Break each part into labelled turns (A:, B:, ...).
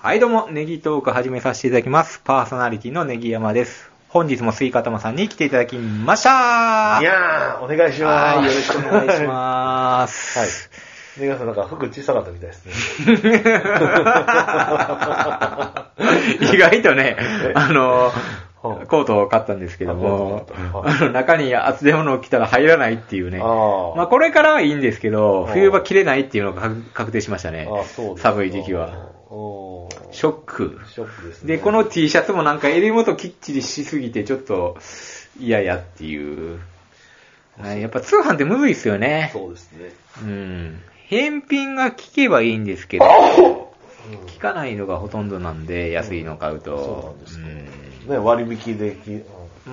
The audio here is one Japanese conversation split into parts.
A: はい、どうも、ネギトーク始めさせていただきます。パーソナリティのネギ山です。本日もスイカ玉さんに来ていただきました
B: いやー、お願いし
A: は
B: ま
A: い、
B: す。
A: よろしくお願いし
B: は
A: ま
B: い
A: す。。
B: ネガさんなんか服小さかったみたいですね。
A: 意外とね、あの
B: は、い
A: コートを買ったんですけど
B: あ
A: も
B: コート、はい
A: あの、中に厚手物を着たら入らないっていうね。
B: あー
A: まあ、これからはいいんですけど、
B: はい
A: 冬場着れないっていうのが確確定しましたね
B: あー、そうです。
A: 寒い時期は。
B: おー。
A: ショック。
B: ショックですね。
A: で、この T シャツもなんか襟元きっちりしすぎて、ちょっと嫌やっていう。はい、やっぱ通販ってむずいっすよね。
B: そうですね。
A: うん。返品が効けばいいんですけど、
B: うん
A: 効かないのがほとんどなんで、安いの買う
B: そうな
A: と
B: ん。ですね。ね、割引でき、うん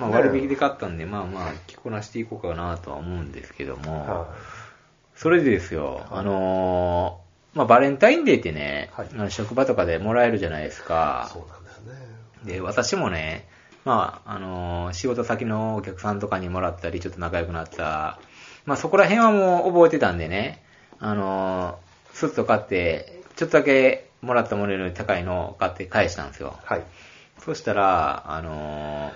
A: んまあ割引
B: ね
A: で買ったんで、まあまあ着こなしていこうかなとは思うんですけども、
B: は
A: それでですよ、あのーまあバレンタインデーってね、
B: はい
A: あの職場とかでもらえるじゃないです
B: い。
A: か。
B: そうなんですね。
A: で、私もね、まあ、あのー仕事先のお客さんとかにもらったり、ちょっと仲良くなった。まあ、そこら辺はもう覚えてたんでね、あのースッと買って、ちょっとだけもらったものより高いのを買って返したんですよ。
B: はい。
A: そしたら、あのー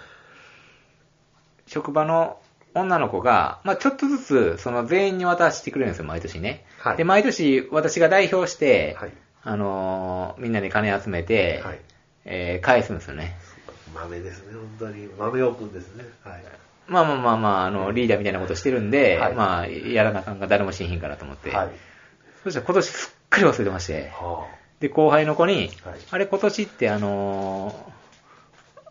A: 職場の女の子が、まあ、ちょっとずつ、その全員に渡してくれるんですよ、毎年ね。
B: はい
A: で、毎年私が代表して、
B: はい。
A: あのーみんなに金集めて、
B: はい。
A: えー返すんですよね。
B: 豆ですね、本当に。豆をくんですね。はい。
A: まあまあまあまあ、あの、リーダーみたいなことしてるんで、
B: はい
A: まあ、やらなあかんが誰もしんひんからと思って。
B: はい。
A: そしたら今年すっかり忘れてまして。
B: は
A: で、後輩の子に、
B: はい
A: あれ今年ってあのー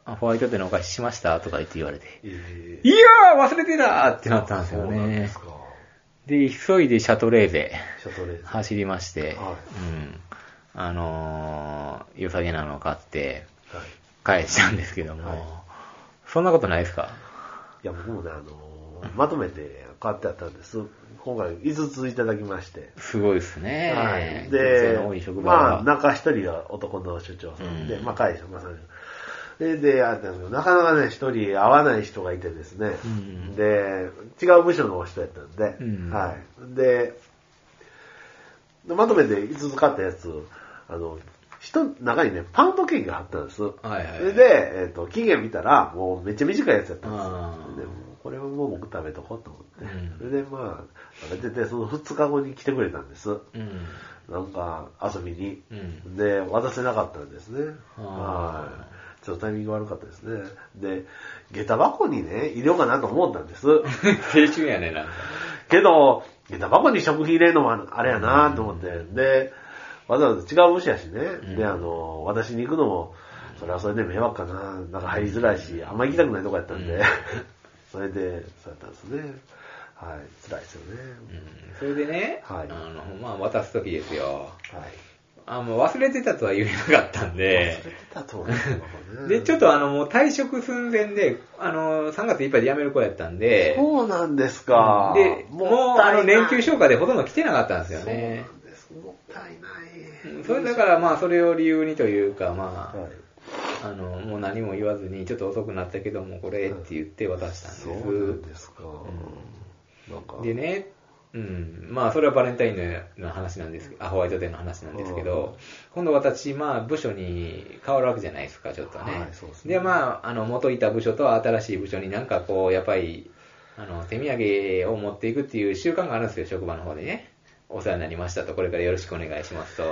A: あホワイトデーのお返ししましたとか言って言われて。
B: あ。え
A: い
B: ー
A: やー忘れてたってなったんですよ
B: そうなんで
A: ね
B: す。か。
A: で、急いでシャトレーゼ
B: シャトレーゼ。
A: 走りまして、
B: はい
A: うん。あのー、良さげなのを買って、
B: はい。
A: 返したんですけども、
B: はい
A: そんなことないですか
B: いや、僕もね、あのーまとめて買ってあったんです。今回5ついただきまして。
A: すごいですね。
B: はい。
A: 女性
B: で
A: の多い、職場
B: ま
A: は
B: あ、中一人が男の所長さんで、
A: うん
B: まあ、会社、まさに。で、で、あったんですけど、なかなかね、一人会わない人がいてですね、
A: うん
B: で、違う部署の人やったんで、
A: うん
B: はい。で、でまとめて5つ買ったやつ、あの、人、中にね、パウンドケーキがあったんです。
A: はいはい
B: それで、えっ、と、期限見たら、もうめっちゃ短いやつやったんです
A: あー
B: でもうこれはもう僕食べとこうと思って、
A: うん
B: それでまあ、食べてて、その2日後に来てくれたんです。
A: うん。
B: なんか、遊びに。
A: うん
B: で、渡せなかったんですね。
A: あー
B: はい。ちょっとタイミング悪かったですね。で、下駄箱にね、入れようかなと思ったん です。
A: 青春やね、なんか。
B: けど、下駄箱に食費入れるのもあれやなと思って、で、わざわざ違う部署やしね、
A: ん
B: で、あの、私に行くのも、それはそれで迷惑かな、なんか入りづらいし、あんま行きたくないとこやったんで、
A: うん
B: それで、そうやったんですね。はい、辛いですよね。
A: うんそれでね、
B: はい
A: あの、まあ、渡すときですよ。
B: はい。
A: あ、もう忘れてたとは言えなかったんで
B: 忘れ、てたと思うんですよ ね
A: で、ちょっとあの、もう退職寸前で、あの、3月いっぱいで辞める子やったんで、
B: そうなんですか。
A: で、もう、あの、年休
B: よ
A: 消化でほとんど来てなかったんですよ
B: ね
A: ね。。
B: そうなんです。もったいな
A: う
B: い。
A: んそれだから、まあ、それを理由にというか、まあ、
B: はい。
A: あの、もう何も言わずに、ちょっと遅くなったけども、これって言って渡したんです。
B: そうなんですか。なんか。
A: でね、うん、まあそれはバレンタインの話なんですけど、あ、ホワイトデーの話なんですけど、今度私、まあ部署に変わるわけじゃないですか、ちょっとね。
B: はいそうですね
A: で、まあ、あの、元いた部署と新しい部署になんかこう、やっぱり、あの、手土産を持っていくっていう習慣があるんですよ、職場の方でね。お世話になりましたと、これからよろしくお願いしますと。
B: ああ、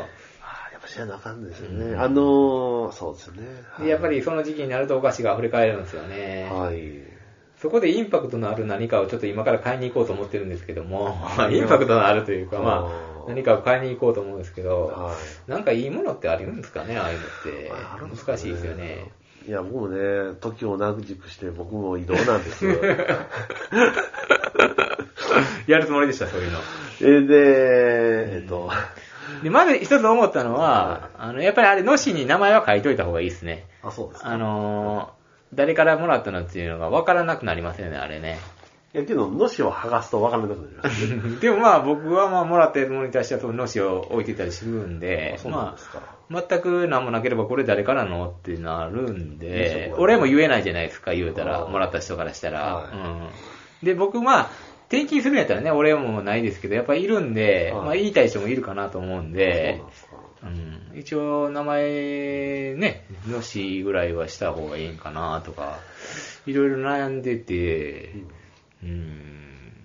B: やっぱ知らなあかんですよね。
A: うん
B: あのー、そうですね。
A: で、やっぱりその時期になるとお菓子が溢れ返るんですよね。
B: はい。
A: そこでインパクトのある何かをちょっと今から買いに行こうと思ってるんですけども、 まあインパクトのあるというか、まあ、
B: うん
A: 何かを買いに行こうと思うんですけど、
B: は
A: なんかいいものってあるんですかね、ああいうの
B: い。ある
A: っ
B: んで
A: て。
B: か
A: 難しいですよね。。
B: いや、僕もね、時を同じくして、僕も移動なん ですよ。
A: やるつもりでした、そういうの。
B: えーで、えっと、
A: で、まず一つ思ったのは、あの、やっぱりあれ、のしに名前は書いといた方がいいですね。
B: あ、そうです。
A: あのー、誰からもらったのっていうのが分からなくなりますよね、あれ ね。
B: いや、けど、のしを剥がすと分からなくなります。
A: でもまあ僕はまあもらったものに対してはそののしを置いてたりするんで
B: あ、そうなん
A: ま
B: ですか
A: あ全く何もなければこれ誰からのってなるん
B: 飲食は
A: で
B: ね、
A: 俺も言えないじゃないですか、言うたら、
B: あー
A: もらった人からしたら
B: は。
A: うん
B: い
A: で、僕は転勤するんやったらね、俺もないですけど、やっぱりいるんで、
B: はい
A: まあいい対象もいるかなと思うんで
B: そうなんですか。
A: うん一応名前ね、のしぐらいはした方がいいんかなとか、いろいろ悩んでて、うん、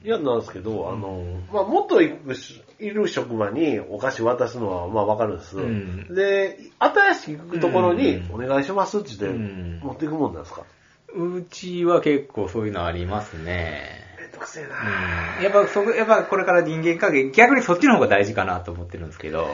B: いや、なんですけど、あの、まあ、元行くし、いる職場にお菓子渡すのは、まあ、わかるんです。
A: うん
B: で、新しく行くところに、お
A: うん
B: 願いしますって言っ
A: う
B: て
A: ん、
B: 持っていくもんなんですか、
A: うちは結構そういうのありますね。
B: めんどくせえな、
A: うんやっぱそこ、やっぱこれから人間関係、逆にそっちの方が大事かなと思ってるんですけど、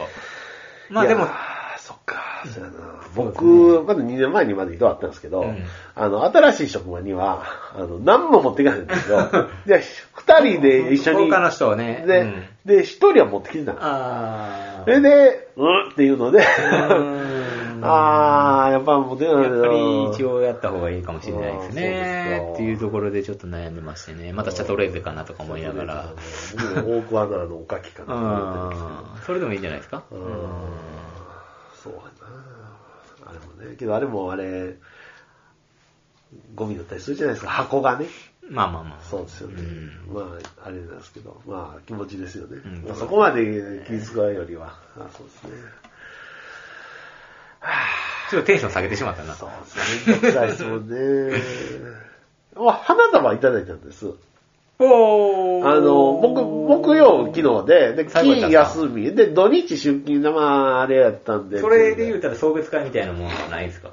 A: まあで
B: い
A: も
B: や、ーそっか、そうやな。
A: そうです
B: 僕、
A: ね
B: まだ2年前にまで移動あったんですけど、
A: うん
B: あの、新しい職場には、あの、何も持っていかないんです けど、で、二人で一緒に、
A: 他の人をね、
B: で、
A: うん
B: で、一人は持ってきてたんです。
A: あ
B: そ
A: ー
B: れで、うんっていうので、
A: ーん
B: あー、やっぱ持ってか
A: や
B: ない
A: っぱり一
B: 応。
A: 応やった方がいいかもしれないです
B: あーそうです
A: ね
B: か。
A: っていうところでちょっと悩んでましてね。またシャトレーゼかなとか思いながら。
B: 僕もオークアナのおかきかなと思ってるんですけど
A: うん。それでもいいんじゃないですか。
B: うんそうやなあれもね、けどあれもあれ、ゴミだったりするじゃないですか、箱がね。
A: まあまあまあ。
B: そうですよね。
A: ん
B: まあ、あれなんですけど、まあ、気持ちですよね。
A: うん
B: まあ、そこまで気遣うよりは、あそうですね。
A: ちょっとテンション下げてしまったな。
B: そうですね。めんどくさいですもん ね。まあ、花束いただいたんです。
A: おー
B: あの、僕、木曜、昨日で、で、
A: 最後やった
B: 金休み、で、土日出勤で、まあ、あれやったんで。
A: それで言うたら送別会みたいなもんはないですか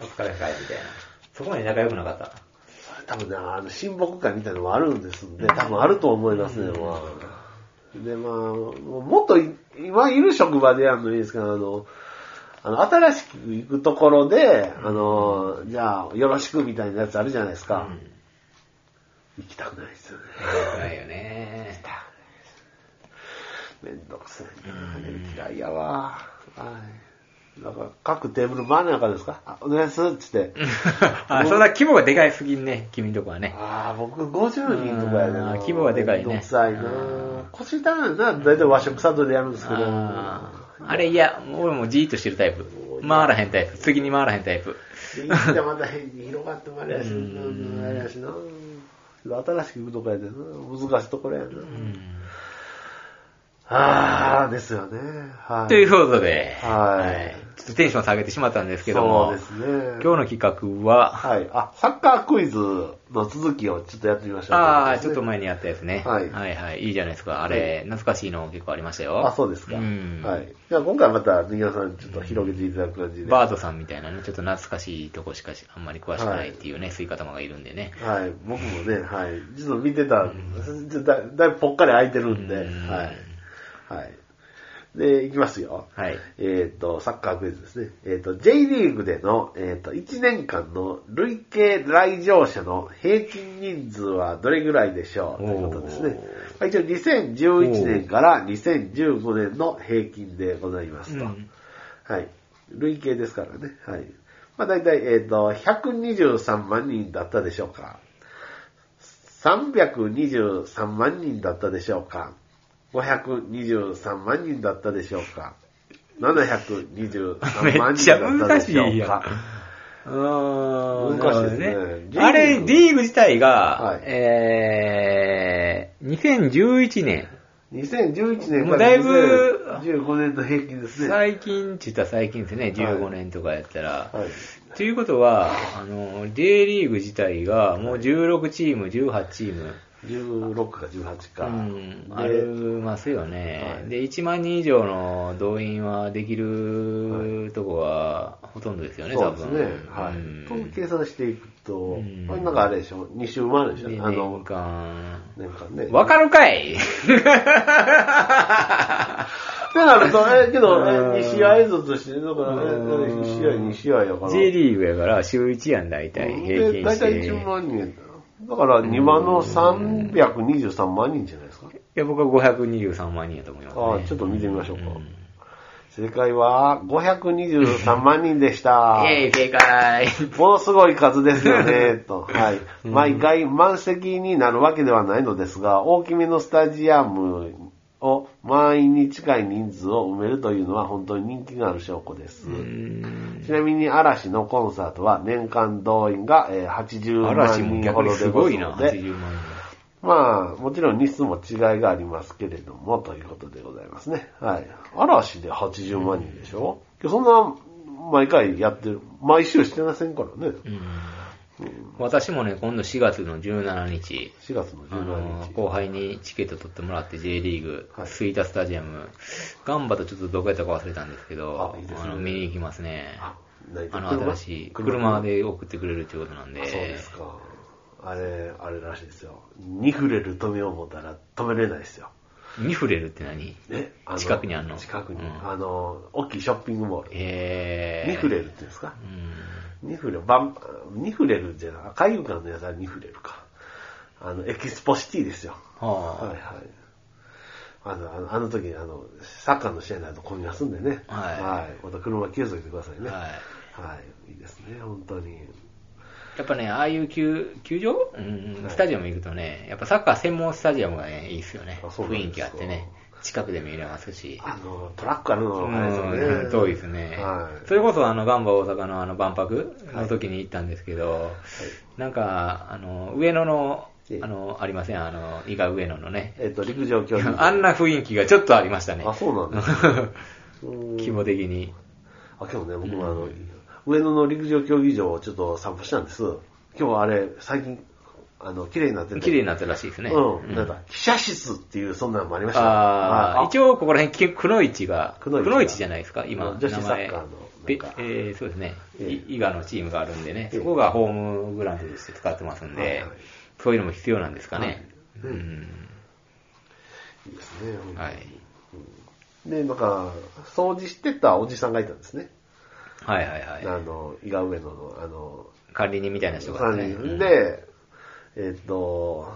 A: お疲れ会みたいな。そこまで仲良くなかった。
B: 多分ね、あの、親睦会みたいなのもあるんですんで、多分あると思いますね、まあ。で、まあ、もっとい今いる職場でやるのいいですけど、あの、あの、新しく行くところで、あの、じゃあ、よろしくみたいなやつあるじゃないですか。
A: うん。
B: 行きたくないですよね。
A: 良くないよね。
B: めんどくせえな。嫌いやわ。はい。だから、各テーブル真ん中ですかあお願いしますってって。
A: あ、そんな規模がでかいすぎんね、君んとこはね。
B: ああ、僕50人とかや
A: あ
B: な。
A: ー規模はでかいね
B: めんどくさいな
A: あー。
B: 腰痛いな。だいたい和食サンドでやるんですけど。
A: あーあれ、いや、俺もじーっとしてるタイプ。回らへんタイプ。次に回らへんタイプ。
B: で行ってまた変に広がってもあれやし、
A: うん
B: あれやしな。新しく行くとこやでな。難しいところやな。
A: うん
B: ああ、ですよね。はい。
A: ということで、
B: はい
A: ちょっとテンション下げてしまったんですけど
B: そう
A: も、
B: ですね。
A: 今日の企画は、
B: はい。あ、サッカークイズの続きをちょっとやってみましょう。
A: ああ、ちょっと前にやったやつね。
B: はい
A: はいはい。いいじゃないですか。あれ、懐かしいの結構ありましたよ。
B: あ、そうですか。
A: ん
B: はい。じゃあ今回また、皆さんちょっと広げていただく感じで。
A: バードさんみたいなね、ちょっと懐かしいとこしかしあんまり詳しくないっていうね、スイカ玉がいるんでね。
B: はい、僕もね、はい、実は見てた、ちょだだいぶぽっかり空いてるんで、は
A: うん
B: い。はい。で、いきますよ。
A: はい。
B: えっ、と、サッカークイズですね。えっ、と、J リーグでの、えっ、と、1年間の累計来場者の平均人数はどれぐらいでしょうと
A: おー
B: いうことですね。まあ一応、2011年から2015年の平均でございますと。
A: うん
B: はい。累計ですからね。はい。まあ大体、えっ、と、123万人だったでしょうか。323万人だったでしょうか。523万人だったでしょうか。723
A: め
B: 万
A: っち
B: 人
A: ゃ
B: だった
A: 難
B: で
A: し
B: しょ
A: いうやん
B: か。。
A: うーん。
B: 難しいですね
A: なるほど
B: リーグ
A: あれ、リーグ自体が、
B: はい
A: えー、2011年、
B: 2011年
A: も
B: か
A: うだ
B: ら
A: いぶ
B: 2015年の平均ですね。はい。
A: 最近って言ったら最近ですね、15年とかやったら。
B: は
A: ということは、あの、J リーグ自体がもう16チーム、18チーム、
B: い、16か18
A: う
B: か。
A: ん、
B: で
A: ありますよね、
B: はい
A: で、1万人以上の動員はできるとこはほとんどですよね、
B: そ
A: 多
B: うで
A: 分。
B: すね。は
A: うん
B: い。と計算していくと
A: う、ん
B: これなんかあれでしょ、2週もあるでしょ、
A: で
B: あ
A: 年
B: の、
A: 間。
B: 年間ね。
A: わかるかい
B: ってなると、え、けど、
A: うん
B: え、2試合ずつして、だから、え、
A: うん
B: 2試合、2試合やから。
A: ?J リーグやから週1やん、大体。平
B: で
A: 均
B: 大
A: して。
B: 体10万人やっただから、2万の323万人じゃないですか。
A: いや、僕は523万人やと思います、ね。
B: ああ、ちょっと見てみましょうか
A: ん。
B: 正解は、523万人でした。
A: イェイ、正解。
B: ものすごい数です よね、と。はい。毎回満席になるわけではないのですが、大きめのスタジアムを満員に近い人数を埋めるというのは本当に人気がある証拠です。
A: うん
B: ちなみに嵐のコンサートは年間動員がえー80万
A: 嵐も
B: 人ほ
A: 逆に
B: どですご
A: ご
B: ざい
A: い
B: ま
A: な、
B: すので、
A: 80万
B: まあ、もちろん日数も違いがありますけれども、ということでございますね。はい。嵐で80万人でしょ、そんな、毎回やってる、毎週してませんからね。
A: うん私もね、今度4月の17日、
B: 4月の
A: あの
B: 17日。
A: 後輩にチケット取ってもらって J リーグ、
B: はい
A: スイダスタジアム、ガンバとちょっとどこやったか忘れたんですけど、
B: あいいですね
A: あの見に行きますね。
B: あ何
A: あの新しい車。で送ってくれるってことなんで。
B: あそうですか。あれ、あれらしいですよ。に触れる止めよう思ったら止めれないですよ。
A: ニフレルって何
B: ね。あの
A: 近くにあんの
B: 近くに。
A: うん
B: あの、大きいショッピングモール。
A: えー。
B: に触れるって言うんですか
A: うん。
B: ニフレ、バン、ニフレルじゃない、海遊館のやつはニフレルか。あの、エキスポシティですよ。はいは。
A: はい
B: あの、あのあの時にあの、サッカーの試合など混みますんでね。
A: はい
B: はい。また車気をつけてください
A: い。
B: ね。
A: は。
B: はいい。いいですね、本当に。
A: やっぱね、ああいう球球場、うん
B: はい
A: スタジアム行くとね、やっぱサッカー専門スタジアムがね、いいですよね。
B: あそうなんですか
A: 雰囲気あってね、近くで見れますし。
B: あの、トラックあるの
A: う
B: あれですよね
A: ん、遠いですね。
B: はい。
A: それこそあの、ガンバ大阪のあの、万博の時に行ったんですけど、なんか、あの、上野の
B: ええ、
A: あの、ありません、あの、伊賀上野のね、。
B: えっと、陸上競技
A: あんな雰囲気がちょっとありましたね。
B: あ、そうな んですねうん
A: 規模的に。
B: あ、今日ね、僕もあの、上野の陸上競技場をちょっと散歩したんです。今日はあれ、最近、あの、綺麗になってて。
A: 綺麗になったらしいですね。
B: うん。
A: う
B: なん
A: ん
B: か、記者室っていう、そんなのもありましたね。
A: ああ、
B: はい
A: 一応ここら辺、くのいちが、
B: く
A: く
B: のいちが
A: のいちじゃないですか、今、
B: 女子サッカー
A: 名
B: の
A: 前
B: なんか
A: べえーそうですね、
B: ええ
A: い伊賀のチームがあるんでね、
B: ええ
A: そこがホームグラウンドとして使ってますんで、
B: はいはい
A: そういうのも必要なんですかね。
B: はい
A: うん
B: いいですね。本当に
A: はい
B: で、なんか、掃除してたおじさんがいたんですね。
A: はいはい
B: あ
A: はい。
B: の、伊賀上野の、あの、
A: 管理人みたいな人が
B: 三
A: ね。
B: 人で、えっと、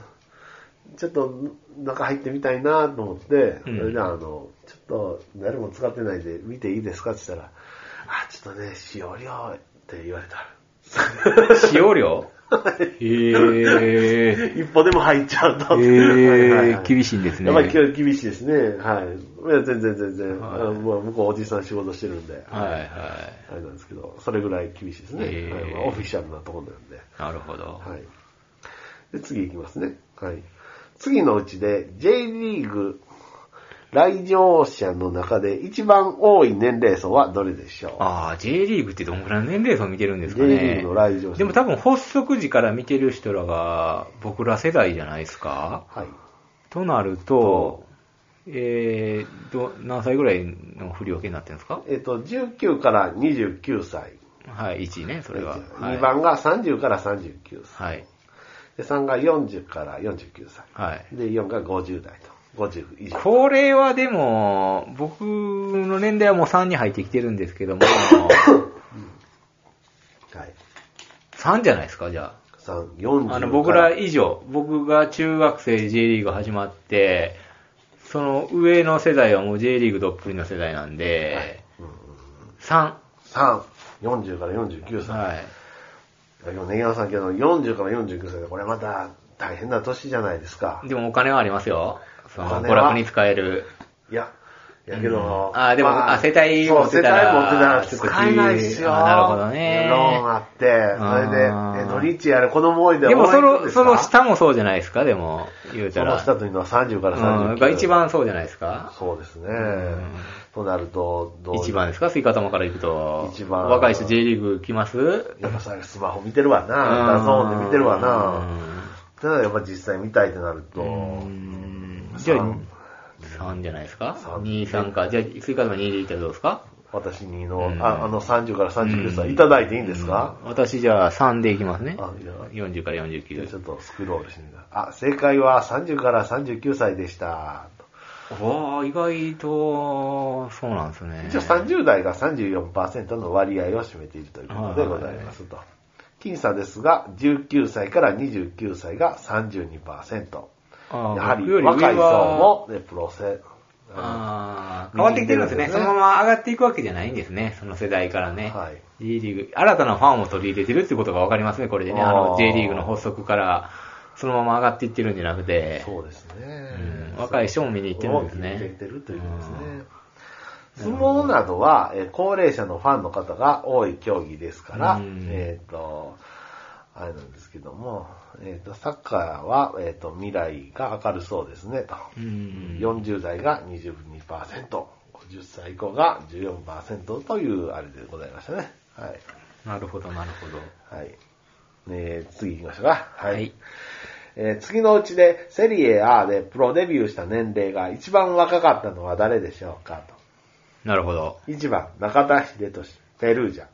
B: ちょっと中入ってみたいなと思って、
A: うん
B: それであの、ちょっと誰も使ってないんで見ていいですかって言ったら、あ、ちょっとね、使用料って言われた。
A: うん使用料へえ。
B: 一歩でも入っちゃう
A: へ
B: と。
A: ー
B: はいはいはい
A: 厳しいんですね
B: やっぱり今日厳しいですね。はい。いや全然全然。
A: はい
B: あのまあ向こうおじさん仕事してるんで。
A: はいは
B: あ
A: い。
B: れなんですけど、それぐらい厳しいですね。
A: へー
B: はいまあオフィシャルなところなんで。
A: なるほど。
B: はい。で、次いきますね。はい。次のうちで、J リーグ来場者の中で一番多い年齢層はどれでしょう
A: ああ、J リーグってどんぐらいの年齢層見てるんですか
B: J
A: ね。
B: リーグの来場者。
A: でも多分発足時から見てる人らが僕ら世代じゃないですか
B: はい。
A: となると、えー、ど、何歳ぐらいの振り分けになってるんですか
B: えっ、と、19から29歳。
A: はい、1位ね、それは。はい、
B: 2。番が30から39歳。
A: はい。
B: で、3が40から49歳。
A: はい。
B: で、4が50代と。50以上。
A: これはでも、僕の年代はもう3に入ってきてるんですけど も、
B: はい。
A: 3じゃないですか、じゃ
B: 3、40
A: あ。
B: か。
A: あの、僕ら以上、僕が中学生 J リーグ始まって、その上の世代はもう J リーグどっぷりの世代なんで、3。
B: 3、40から49歳。
A: はい。
B: でもね、ギさんけど、40から49歳で、これまた大変な年じゃないですか。
A: でもお金はありますよ。そ
B: お
A: の、
B: 金
A: 娯
B: は
A: 楽に使える。
B: いや、いやけど、
A: うんあーでもあ世帯
B: そう
A: 持ってたら
B: 世帯持ってたら使えないですよ。
A: あーなるほどね
B: ローンあって、
A: あー
B: それで、え、土日やる子供多いで
A: でもそ
B: 応援するん
A: の、
B: ですか
A: その下もそうじゃないですか、でも、言うた
B: その
A: ら。
B: 下というのは30から
A: う
B: 39。
A: ん、が一。番そうじゃないですか。
B: そうですね
A: ん。
B: となると、どう
A: 一。番ですか、スイカ玉から行くと。
B: 一番
A: 若い人 J リーグ来ます
B: やっぱそれスマホ見てるわな。ダゾーンで見てるわな。ただやっぱ実際見たいってなると、
A: うん。じゃあ、3じゃないですか
B: 三
A: ?2、3か。じゃあ、スイカ玉2で行ったらどうですか
B: 私にの、
A: うん
B: ああの30から39歳いただいていいんですか、
A: うん私じゃあ3で行きますね。
B: あいや
A: 40から49
B: ちょっとスクロールしてみた。あ、正解は30から39歳でした。
A: わあ、意外と、そうなんですね。
B: 一応30代が34%の割合を占めているということでございますと。僅差ですが、19歳から29歳が32%。や
A: ああ
B: はり
A: 僕より上は
B: 若い層もねプロセ、
A: ああ、変わってきてるんですね。
B: 右手
A: そ
B: ですね
A: のまま上がっていくわけじゃないんですね。その世代からね。
B: はい。
A: J リーグ、新たなファンを取り入れてるってことが分かりますね、これでね。あ
B: あー
A: の、J リーグの発足から、そのまま上がっていってるんじゃなくて、
B: そうですね
A: うん。若い人も見に行ってるんですね
B: 見に行ってるということですね
A: うん。
B: 相撲などは、えー高齢者のファンの方が多い競技ですから
A: うん、
B: えっ、と、あれなんですけども、えっ、と、サッカーは、えっ、と、未来が明るそうですね、と。
A: うん
B: 40代が22%、50歳以降が14%というあれでございましたね。はい。
A: なるほど、なるほど。
B: はい。えー、次行きましょうか。はい。
A: はい
B: えー次のうちで、セリエ A でプロデビューした年齢が一番若かったのは誰でしょうか
A: なるほど。
B: と。1番、中田秀俊、ペルージャ。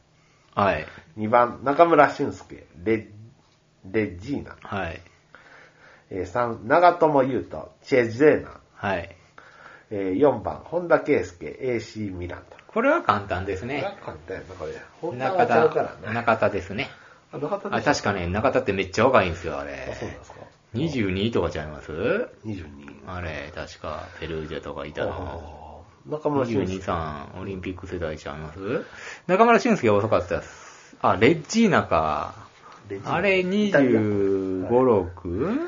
A: はい。
B: 2番、中村俊介、レ、レジーナ。
A: はい。
B: えー3、長友佑都、チェジェーナ。
A: はい。
B: えー4番、本田圭佑、AC ミランと。
A: これは簡単です
B: なん
A: ね。
B: かね、なんかね、本田
A: 中
B: はちゃうから
A: 田、
B: ね。
A: 中田ですね。
B: あ、中田
A: あ、確かね、中田ってめっちゃ若いんですよ、あれ
B: あ、。そうなんですか。
A: 22とかちゃいます
B: 22。
A: あれ、確か、ペルージャとかいたの。
B: あー中村俊
A: 22
B: 介。
A: さん、オリンピック世代ちゃいます中村俊介は遅かったです。あ、レッジーナか。
B: レジーナ
A: あれ、
B: イタリア
A: 25、6?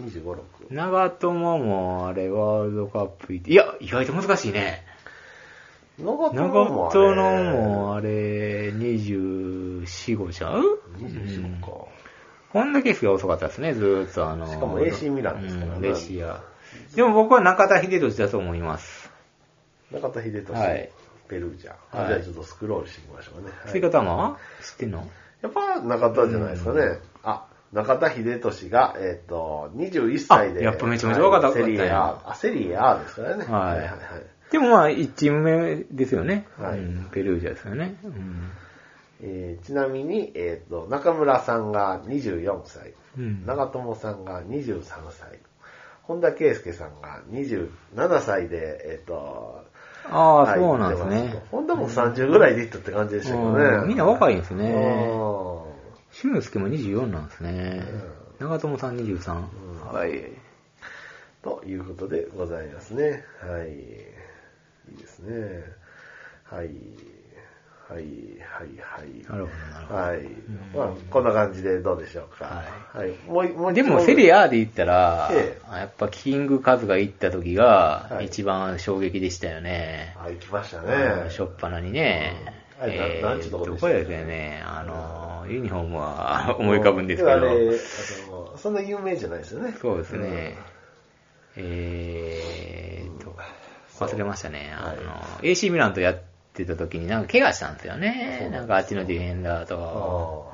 B: 25、6。
A: 長友も、あれ、ワールドカップ行って、いや、意外と難しいね。
B: 長友
A: 長
B: もあれ
A: 友も、あれ、24、5ちゃう
B: 24か。
A: こんだけですが遅かったですね、ずーっとあの。
B: しかも AC ミランですからね
A: うんレシア。でも僕は中田秀俊だと思います。
B: 中田秀俊、
A: はい
B: ペルージャ。
A: はい
B: じゃあちょっとスクロールしてみましょうかね。はい
A: 追加玉は知ってんの
B: やっぱ中田じゃないですかね。あ、中田秀俊が、えっ、と、21歳で。
A: あやっぱめちゃめちゃ若かった
B: はいセリエ A。あ、セリエ A ですからね。
A: はい
B: はいはい。
A: でもまあ、1チーム目ですよね。
B: はい
A: うんペルージャですよね。うん
B: えーちなみに、えっ、と、中村さんが24歳。
A: うん
B: 長友さんが23歳。本田圭佑さんが27歳で、えっ、と、
A: あ
B: は
A: あ、
B: い
A: そうなんです
B: 出ま
A: ね
B: と。本田も30ぐらいでいったって感じでしたけど
A: う
B: ね。
A: んみんな若いんです
B: うん
A: ね。俊介も24なんですね。長友さん23。はい。
B: ということでございますね。はい。いいですね。はい。はい、はい、
A: な
B: はい。
A: るほど、なるほど。
B: はい。まあ、こんな感じでどうでしょうか。はい。もうい、もう一
A: でも、
B: 問
A: セリアで言ったら、
B: え
A: やっぱキングカズが行った時
B: は
A: が、
B: い
A: 一番衝撃でしたよね。
B: あ、行きましたね。
A: しょっぱなにね。
B: うんあれな
A: え
B: なんちゅうとこで
A: ど
B: した
A: こ
B: っけ
A: やったよね。あの、ユニフォームは思い浮かぶんですけ
B: あれ、
A: ど。
B: あの、そんな有名じゃないですよね。
A: そうですね。えーっと、忘れましたね。あの、AC ミランとやってた時になんか怪我したんですよね。なんかあっちのディフェンダー
B: ああ。
A: と。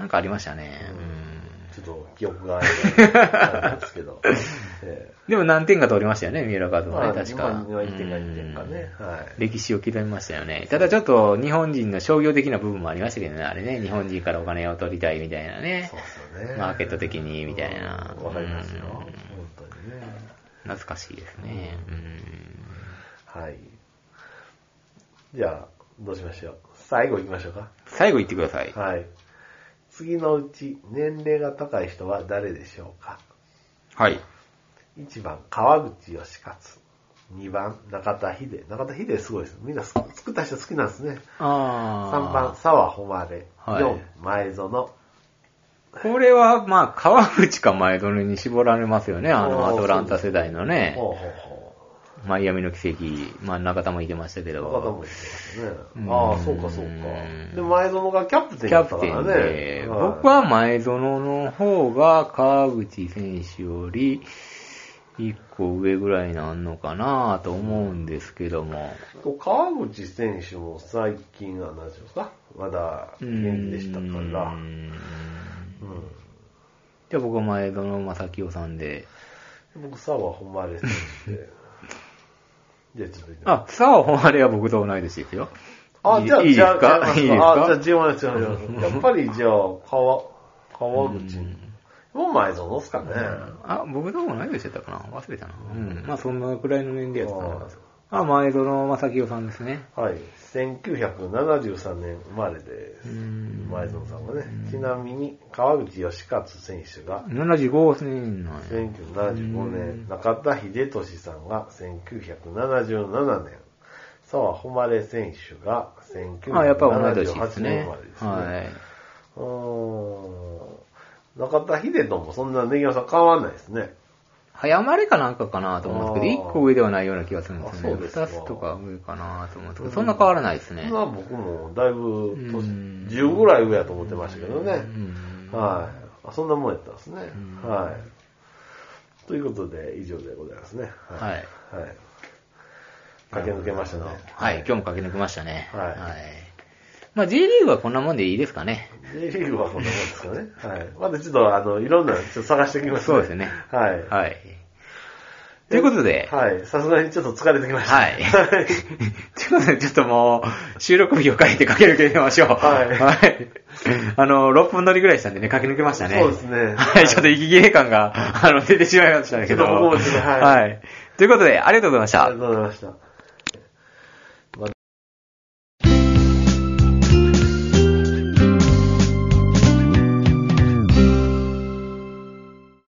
A: なんかありましたね。うん
B: ちょっと記憶があるんですけ ど。え
A: でも何点か取りましたよね、三浦カー
B: え
A: ド
B: ま
A: もね、
B: あ、
A: 確
B: 今
A: か。
B: は1点か2点かね。
A: うん
B: はい。
A: 歴史を刻みましたよね。ただちょっと日本人の商業的な部分もありましたけどね、あれね、日本人からお金を取りたいみたいなね
B: そ、うですよね。
A: マーケット的にみたいな
B: うんわかりますよ。
A: うん
B: 本当にね。
A: 懐かしいですね。
B: はい。じゃあ、どうしましょう。最後行きましょうか。
A: 最後言ってください。
B: はい。次のうち、年齢が高い人は誰でしょうか
A: はい。
B: 1番、川口義勝。2番、中田秀。中田秀すごいです。みんなす作った人好きなんですね。3番、
A: あ
B: 沢誉。
A: はい
B: 4、前園。
A: あ。これは、まあ、川口か前園に絞られますよね、あの、
B: あ
A: ア
B: ー
A: トランタ世代のね、
B: ほうほうほう。
A: マイアミの奇跡、まあ、中田もいてましたけ
B: 中田
A: ど、
B: も言ってますね
A: う。ん
B: ああ、そうかそうか。で、前園がキャプテ
A: キ
B: ンだ
A: ャ
B: った
A: プ
B: か
A: テ
B: ら
A: ン
B: ね。
A: で、
B: はい
A: 僕は前園の方が川口選手より一個上ぐらいなんのかなと思うんですけども。
B: 川口選手も最近は何でしょうかまだ元気でしたから。
A: う
B: うん
A: んじゃあ僕は前園正清さんで。
B: 僕、沢誉選手 で。じゃあちょっと行ってみます
A: あ、澤穂れは僕と同い年ですよ。
B: あ、
A: いい
B: じゃあ、
A: いい
B: じ
A: です
B: ゃあ、
A: か
B: じゃあ
A: いいです
B: あ
A: か
B: じゃあ、違う違う違う。やっぱり、じゃあ、川、川口。もう前園っすかね。
A: あ、僕と同い年だったかな忘れたな。うん。まあそんなくらいの年齢やったかな。あ、前園正清さんですね。
B: はい。1973年生まれです。
A: ん
B: 前園さんはね。ちなみに、川口義勝選手が、
A: 75年なんや。
B: 1975年、中田秀俊さんが1977年、澤誉選手が
A: あ、やっぱ同い年で
B: 1978
A: す
B: 年
A: ね。
B: 生まれですね。
A: は
B: うーん中田秀ともそんなネギさん変わんないですね。
A: い。早生まれかなんかかなと思うんですけど、
B: あー
A: 1個上ではないような気がするんですよ
B: あそう
A: ね。
B: ですか
A: 2つとか上かなと思うんですけど、そんな変わらないですね。
B: まあ僕もだいぶ年、
A: うん
B: 10ぐらい上やと思ってましたけどね
A: う。ん
B: はい。あそんなもんやったんですね
A: ん。
B: はい。ということで、以上でございますね。
A: はい
B: はい。駆け抜けましたね。
A: はい、今日も駆け抜けましたね。
B: はい
A: まあ J リーグはこんなもんでいいですかね。
B: J リーグはこんなもんですかね。はい。まだちょっと、あの、いろんな、ちょっと探してきます、
A: そうですね
B: はい。
A: はい。ということで、
B: はい。さすがにちょっと疲れてきました。
A: はい。ということで、ちょっともう、収録日を変えて駆け抜けましょう。
B: はい
A: はい。あの、6分乗りぐらいしたんでね、駆け抜けましたね。
B: そうですね
A: はい、ちょっと息切れ感が、あの、出てしまいましたけど。
B: ちょっと僕もですねはい
A: はい。ということで、ありがとうございました
B: あり。がとうございました。